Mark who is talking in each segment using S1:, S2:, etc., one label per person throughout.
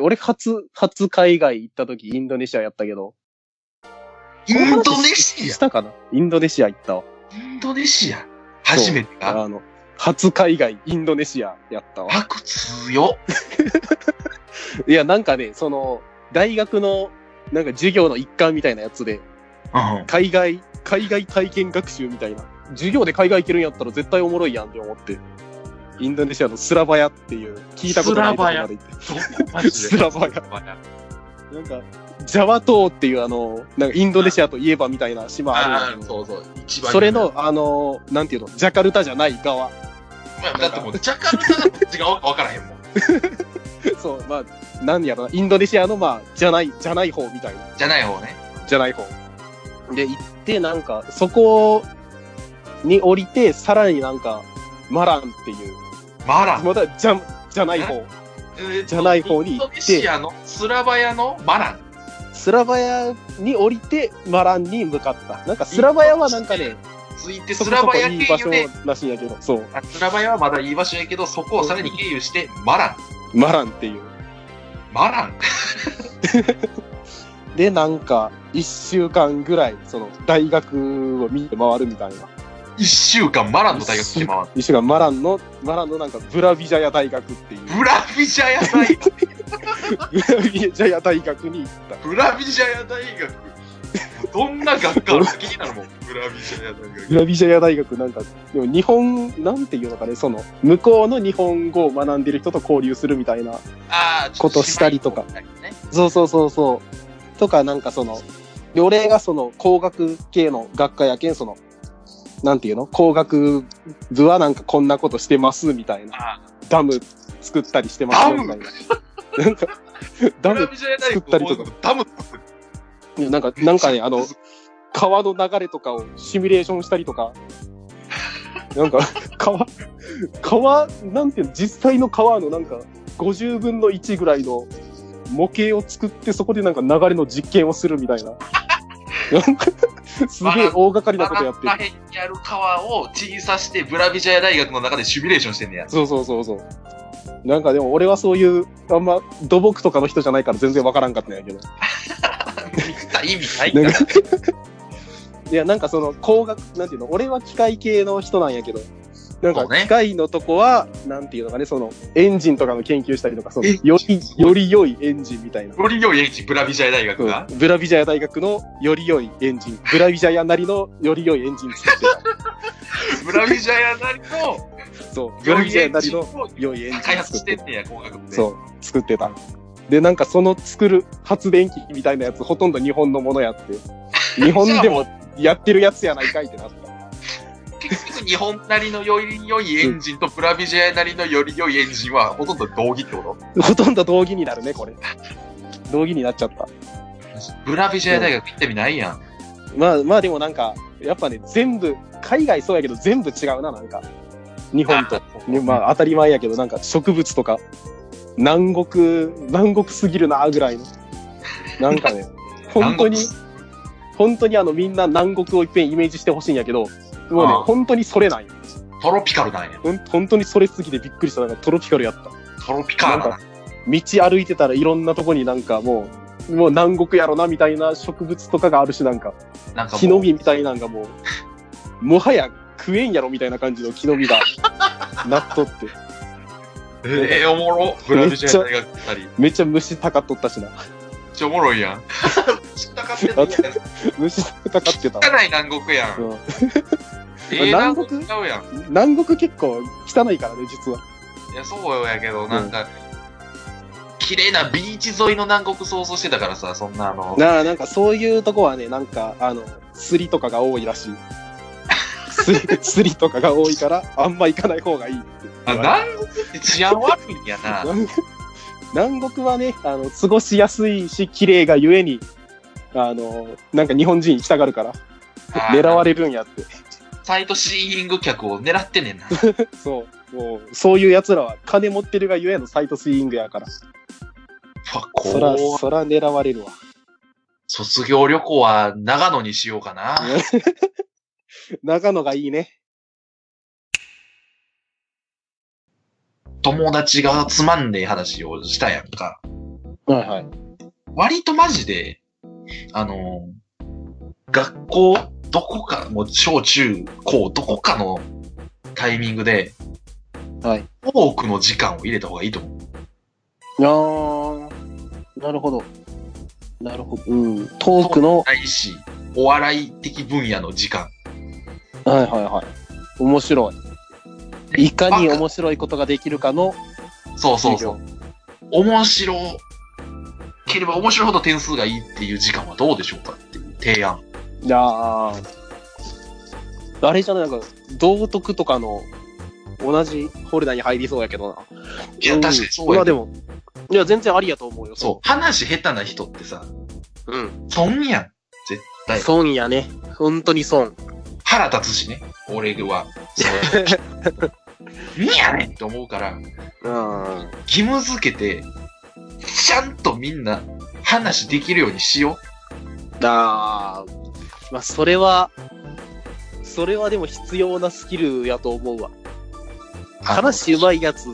S1: 俺初、初海外行った時インドネシアやったけど。
S2: インドネシ
S1: したかなインドネシア行ったわ。
S2: アインドネシア初めてか
S1: あの、初海外インドネシアやったわ。
S2: 悪強っ
S1: いや、なんかね、その、大学の、なんか授業の一環みたいなやつで、
S2: うん。
S1: 海外、海外体験学習みたいな。授業で海外行けるんやったら絶対おもろいやんって思って。インドネシアのスラバヤっていう、聞いたことないとこまで行って。
S2: どこマジで
S1: スラバヤ
S2: ヤ。
S1: なんか、ジャワ島っていうあの、なんかインドネシアといえばみたいな島あ
S2: あ
S1: るん
S2: あ、
S1: だけど
S2: そうそう。一番有名
S1: それの、あの、なんていうの、ジャカルタじゃない側。
S2: まあだってもう、ジャカルタがどっちがわからへんもん。
S1: そう、まあ、なんやろな、インドネシアの、まあ、じゃない、じゃない方みたいな。
S2: じゃない方ね。
S1: じゃない方。で、行って、なんか、そこに降りて、さらになんか、マランっていう、
S2: マラ。
S1: また、じゃ、じゃない方。
S2: えー
S1: じゃない方に行って
S2: インドネシアのスラバヤのマラン。
S1: スラバヤに降りて、マランに向かった。なんか、スラバヤはなんかね、
S2: ついて、
S1: そ
S2: ス
S1: こ
S2: ラ
S1: そ
S2: バ
S1: こ
S2: ヤ
S1: いい場
S2: 経
S1: 所
S2: 由で、
S1: らしいんやけど、そう。
S2: あスラバヤはまだいい場所やけど、そこをさらに経由して、マラン。
S1: マランっていう。
S2: マラン。
S1: で、なんか、一週間ぐらい、その、大学を見て回るみたいな。
S2: 一週間マランの大学来て回っ
S1: 一週間、マランの、マランのなんか、ブラビジャヤ大学っていう、
S2: た。ブラビジャヤ大学。
S1: ブラビジャヤ大学に行った。
S2: ブラビジャヤ大学。どんな学 科あるか気になるもん。ブラビジャヤ大
S1: グ
S2: 学。
S1: ラビジャヤ大学なんか、でも日本、なんていうのかね、その、向こうの日本語を学んでる人と交流するみたいな。
S2: ああ、ちょっ
S1: ことしたりとか
S2: 姉妹校みたいなね
S1: そうそうそうそう。とか、なんかその、で俺がその、工学系の学科やけん、その、なんていうの工学部はなんかこんなことしてます、みたいな。
S2: あ
S1: ダム作ったりしてますよみたいな。なんか、
S2: あ、
S1: ダ
S2: ブラ
S1: ム、
S2: ビジャヤ大
S1: 作ったりと
S2: 学
S1: か
S2: もうダム作って
S1: なんか、なんかね、あの、川の流れとかをシミュレーションしたりとか、なんか、 川、川、なんていうの、実際の川のなんか、50分の1ぐらいの模型を作って、そこでなんか流れの実験をするみたいな。なんか、すげえ大掛かりなことやって
S2: 真ん
S1: る。
S2: 中辺にある川を小さしてブラビジャヤ大学の中でシミュレーションしてんねや。
S1: そうそうそうそう。なんかでも俺はそういう、あんま土木とかの人じゃないから全然わからんかったんやけど。
S2: 見た意味ないか
S1: なん
S2: ら。
S1: かいや、なんかその工学、なんていうの、俺は機械系の人なんやけど、なん
S2: そ
S1: か
S2: うね
S1: 機械のとこは、なんていうのかね、そのエンジンとかの研究したりとか、その
S2: エン
S1: よ
S2: ジン
S1: り、より良いエンジンみたいな。
S2: より良いエンジン、ブラビジャヤ大学が。
S1: うんブラビジャヤ大学のより良いエンジン、ブラビジャヤなりのより良いエン ジン作って
S2: ブラビジャヤなりの
S1: た。そう、ブ
S2: 良
S1: ラビ
S2: い
S1: ジャ
S2: エ
S1: ヤ
S2: ン
S1: な
S2: ジ
S1: り
S2: ン
S1: の
S2: を
S1: 良いエンジン作
S2: 開発
S1: っ
S2: して
S1: て
S2: んねや、工学部で。
S1: そう、作ってた。で、なんかその作る発電機みたいなやつ、ほとんど日本のものや って、日本でもやってるやつやないかいってなった。
S2: 結局日本なりのより良いエンジンとブラビジャヤなりのより良いエンジンはほとんど同義ってこ と
S1: ほとんど同義になるね、これ。同義になっちゃった。
S2: ブラビジャヤ大学行ってみないやん。
S1: まあまあでもなんか、やっぱね、全部、海外そうやけど全部違うな、なんか。日本 と。ねまあ当たり前やけど、なんか植物とか、南国、南国すぎるな、ぐらいの。なん かね、本当に、本当にあのみんな南国をいっぺんイメージしてほしいんやけど、もうね
S2: ああ、
S1: 本当にそれない。
S2: トロピカルなんや。
S1: ほん本当にそれすぎてびっくりした。なんかトロピカルやった。
S2: トロピカルな。
S1: 道歩いてたらいろんなとこになんかもう、もう南国やろなみたいな植物とかがあるしなんか、
S2: なんか
S1: 木の
S2: もう、
S1: 実みたいなんがもう、もはや食えんやろみたいな感じの木の実 がなっとって、
S2: ええおもろ。ブラビジャヤ大学行ったり。めっ
S1: めっちゃ虫たかっとったしな。
S2: ちゃおもろいやん。知ったかってんのに
S1: 虫たかってたわ。
S2: 汚い南国やん。
S1: うん
S2: ええ
S1: 南
S2: 南
S1: 国
S2: 国ちゃうやん。
S1: 南国結構汚いからね、実は。
S2: いや、そうやけど、なんか、綺麗なビーチ沿いの南国想像してたからさ、そんなあの、
S1: なあ、なんかそういうとこはね、なんか、あの、すりとかが多いら しい。すり、すりとかが多いから、あんま行かない方がいいって
S2: あ
S1: 言われた
S2: 南国って治安悪いんやな。
S1: 南国はね、あの、過ごしやすいし、綺麗がゆえに、あの、なんか日本人行きたがるから、 狙わ
S2: れ
S1: れるんやって。
S2: サイトシーイング客を狙って ねんな。
S1: そう。もう、そういう奴らは金持ってるがゆえのサイトスイングやから。
S2: うわ
S1: そら、
S2: こう、
S1: そら狙われるわ。
S2: 卒業旅行は長野にしようかな。
S1: 長野がいいね。
S2: 友達がつまんねえ話をしたやんか。
S1: はいはい。
S2: 割とマジで、あのー学校、どこか、もう小中高、どこかのタイミングで、
S1: はい。
S2: 多くの時間を入れた方がいいと思う。
S1: あー、なるほど。なるほど。うん。トークの、
S2: ないし、お笑い的分野の時間。
S1: はいはいはい。面白い。いかに面白いことができるかの
S2: そうそう
S1: 授
S2: そ
S1: 業。
S2: う。面白ければ面白いほど点数がいいっていう時間はどうでしょうかっていう提案。
S1: いやーあれじゃない、なんか、道徳とかの、同じホルダーに入りそうやけどな。
S2: いや、
S1: うん
S2: 確かにそう
S1: ま
S2: や
S1: あで
S2: ね。
S1: も、いや、全然ありやと思うよ。
S2: そう。話下手な人ってさ、
S1: う。うん。
S2: 損やん。絶対。
S1: 損やね。本当に損。
S2: 腹立つしね。俺 は。そう。にやねんって思うから、
S1: うん。
S2: 義務づけて、ちゃんとみんな話できるようにしよ
S1: だまあ、それは、それはでも必要なスキルやと思うわ。
S2: う。
S1: 話うまいやつ、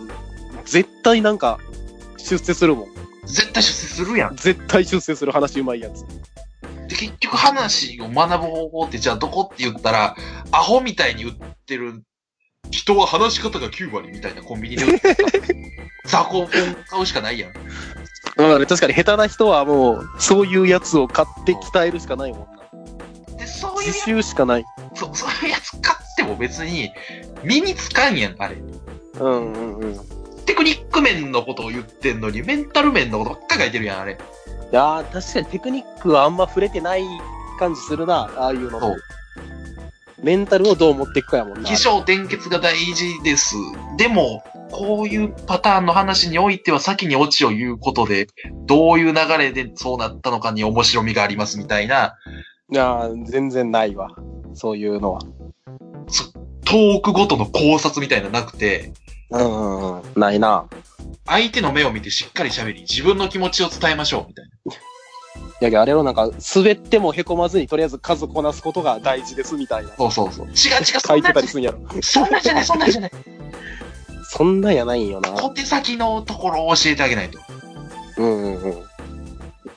S1: 絶対なんか、出世するもん。
S2: 絶対出世するやん。
S1: 絶対出世する話うまいやつ。
S2: で、結局話を学ぶ方法ってじゃあどこって言ったら、アホみたいに売ってる、人は話し方が9割みたいなコンビニで売ってる。雑魚本買うしかないやん。
S1: だから確かに下手な人はもう、そういうやつを買って鍛えるしかないもんな。
S2: で、そういう
S1: 自
S2: や
S1: 習しかない。
S2: つ、そうそういうやつ買っても別に、身につかんやん、あれ。
S1: うんうんうん。い
S2: テクニック面のことを言ってんのに、メンタル面のことばっか書いてるやん、あれ。
S1: やー、確かにテクニックはあんま触れてない感じするな、ああいうの
S2: そう。
S1: メンタルをどう持っていくかやもんな。
S2: 起承転結が大事です。でも、こういうパターンの話においては先にオチを言うことで、どういう流れでそうなったのかに面白みがありますみたいな、
S1: いやー、全然ないわ。そういうのは。
S2: トークごとの考察みたいなのなくて、
S1: うんうんうん。ないな。
S2: 相手の目を見てしっかり喋り、自分の気持ちを伝えましょうみたい
S1: いやけどあれをなんか、滑ってもへこまずに、とりあえず数こなすことが大事ですみたいな。
S2: な。そうそうそう。違う違う、そ
S1: 書
S2: ん
S1: い
S2: な
S1: てたり
S2: んじゃない
S1: するんやろ。
S2: そんなんじゃない、そんなんじゃない。
S1: そんなんやないんよな。
S2: 小手先のところを教えてあげないと。
S1: うんうんうん。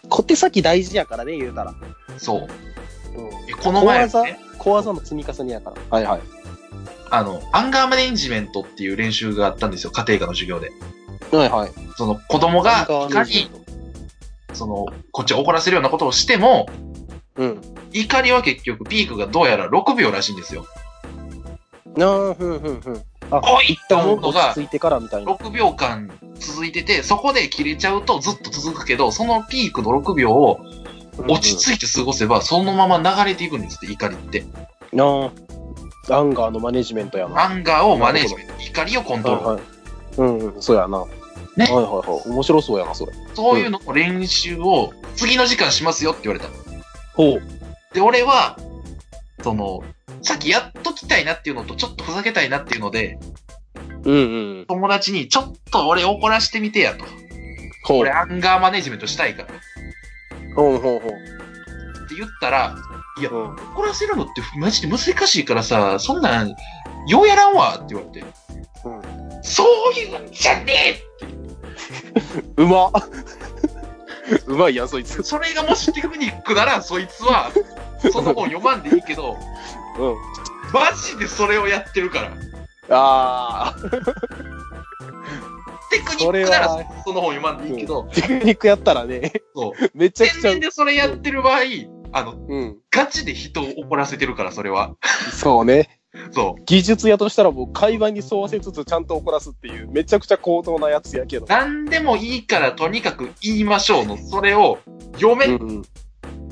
S1: 小手先大事やからね、言うたら。
S2: そう。
S1: うん。
S2: えこの前、
S1: 小技
S2: ね、
S1: 小技の積み重ねやから。はいはい。
S2: あの、アンガーマネージメントっていう練習があったんですよ、家庭科の授業で。
S1: はいはい。
S2: その子供が、いかに、その、こっちを怒らせるようなことをしても、
S1: うん。
S2: 怒りは結局ピークがどうやら6秒らしいんですよ。
S1: なあ、ふんふんふん。あ
S2: おいって思うの
S1: 落
S2: が
S1: ち着いてからみたいな。
S2: 6秒間続いてて、そこで切れちゃうとずっと続くけど、そのピークの6秒を落ち着いて過ごせば、そのまま流れていくんですって、怒りって。
S1: なあ、アンガーのマネジメントやな。
S2: アンガーをマネージメント、怒りをコントロール。
S1: はいはい。うんうん、そうやな。ね。
S2: ね
S1: はいはいはい。面白そうやな、それ。
S2: そういうのの練習を、次の時間しますよって言われた。
S1: ほう。
S2: で、俺は、その、さっきやっときたいなっていうのと、ちょっとふざけたいなっていうので、
S1: うんうん。
S2: 友達に、ちょっと俺怒らしてみてやと。
S1: ほう
S2: 俺。アンガーマネジメントしたいから。
S1: ほうほうほ
S2: って言ったら、
S1: う。うん。
S2: 怒らせるのってマジで難しいからさ、そんなん、ようやらんわって言われて。そういうんじゃね
S1: うま うまいやん、そいつ
S2: え。それがもしテクニックなら、そいつは、その本読まんでいいけど、
S1: うん。
S2: マジでそれをやってるから。
S1: ああ。
S2: テクニ
S1: そ
S2: ッ
S1: れ
S2: クなら
S1: は、
S2: その本読まんでいいけど、
S1: テクニックやったらね、
S2: そう。
S1: めちゃく
S2: 天
S1: ちゃ
S2: 然、でそれやってる場合、あの、
S1: うん。
S2: ガチで人を怒らせてるから、それは。
S1: そうね。
S2: そう。
S1: 技術屋としたらもう会話に沿わせつつちゃんと怒らすっていう、めちゃくちゃ高等なやつやけど。
S2: 何でもいいから、とにかく言いましょうの、それを、読め
S1: うん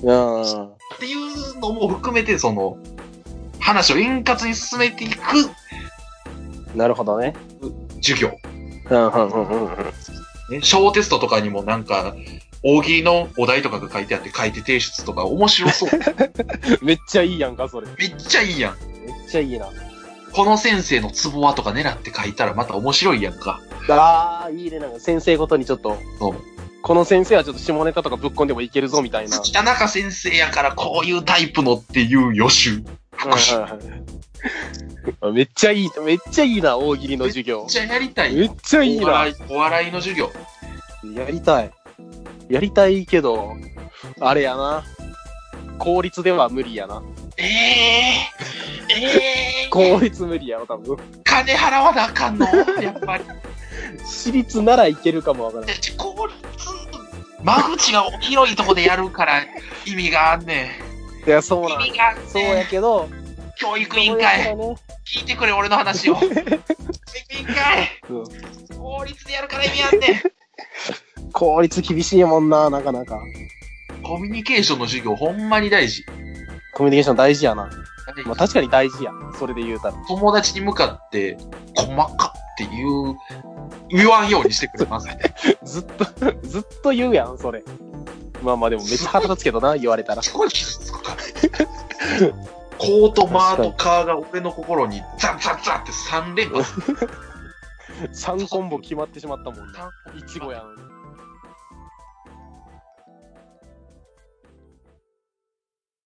S1: うん。あ
S2: っていうのも含めて、その、話を円滑に進めていく
S1: あ、なるほどね。
S2: 授業。
S1: うんうんうんうんうん。
S2: ね、小テストとかにもなんか、大喜利のお題とかが書いてあって、書いて提出とか面白 そう。
S1: めっちゃいいやんか、それ。
S2: めっちゃいいやん。
S1: めっちゃいいな。
S2: この先生のツボはとか狙って書いたらまた面白いやんか。
S1: ああ、いいね。なんか先生ごとにちょっと、
S2: そう。
S1: この先生はちょっと下ネタとかぶっこんでもいけるぞみたい な。
S2: 北中先生やからこういうタイプのっていう予習。復習。
S1: あめっちゃいい、めっちゃいいな、大喜利の授
S2: め
S1: 業
S2: っ。ちゃやりたい。
S1: めっちゃいい
S2: お
S1: な
S2: 笑。いお笑いの授業。
S1: やりたい。やりたいけど、あれやな。効率では無理やな。
S2: ええー、ええー、
S1: 効率無理やろ、多分。
S2: 金払わなあかんのやっぱり。
S1: 私立ならいけるかもわからない。
S2: で効率、間口が広いとこでやるから意味があんね。
S1: いや、そうんなん
S2: 意味があん
S1: そう
S2: ね
S1: や
S2: ん。
S1: けど、
S2: 教育委員会、
S1: このやつ
S2: 聞いてくれ、俺の話を。教育委員会、
S1: はね
S2: 法律でやるから意味あんね
S1: うん効率厳しいもんな、なかなか。
S2: ん。コミュニケーションの授業、ほんまに大事。
S1: コミュニケーション大事やな。まあ確かに大事や。それで言うたら。
S2: 友達に向かって、細かって言う、言わんようにしてくれますね。
S1: ずっと、 ずっと言うやん、それ。まあまあでもめっちゃ腹立つけどな、言われ たら。
S2: すごい傷つくから。 コートマートカーが俺の心にザンザンザンって3連発。
S1: 3コンボ決まってしまったもんな。いちごやん。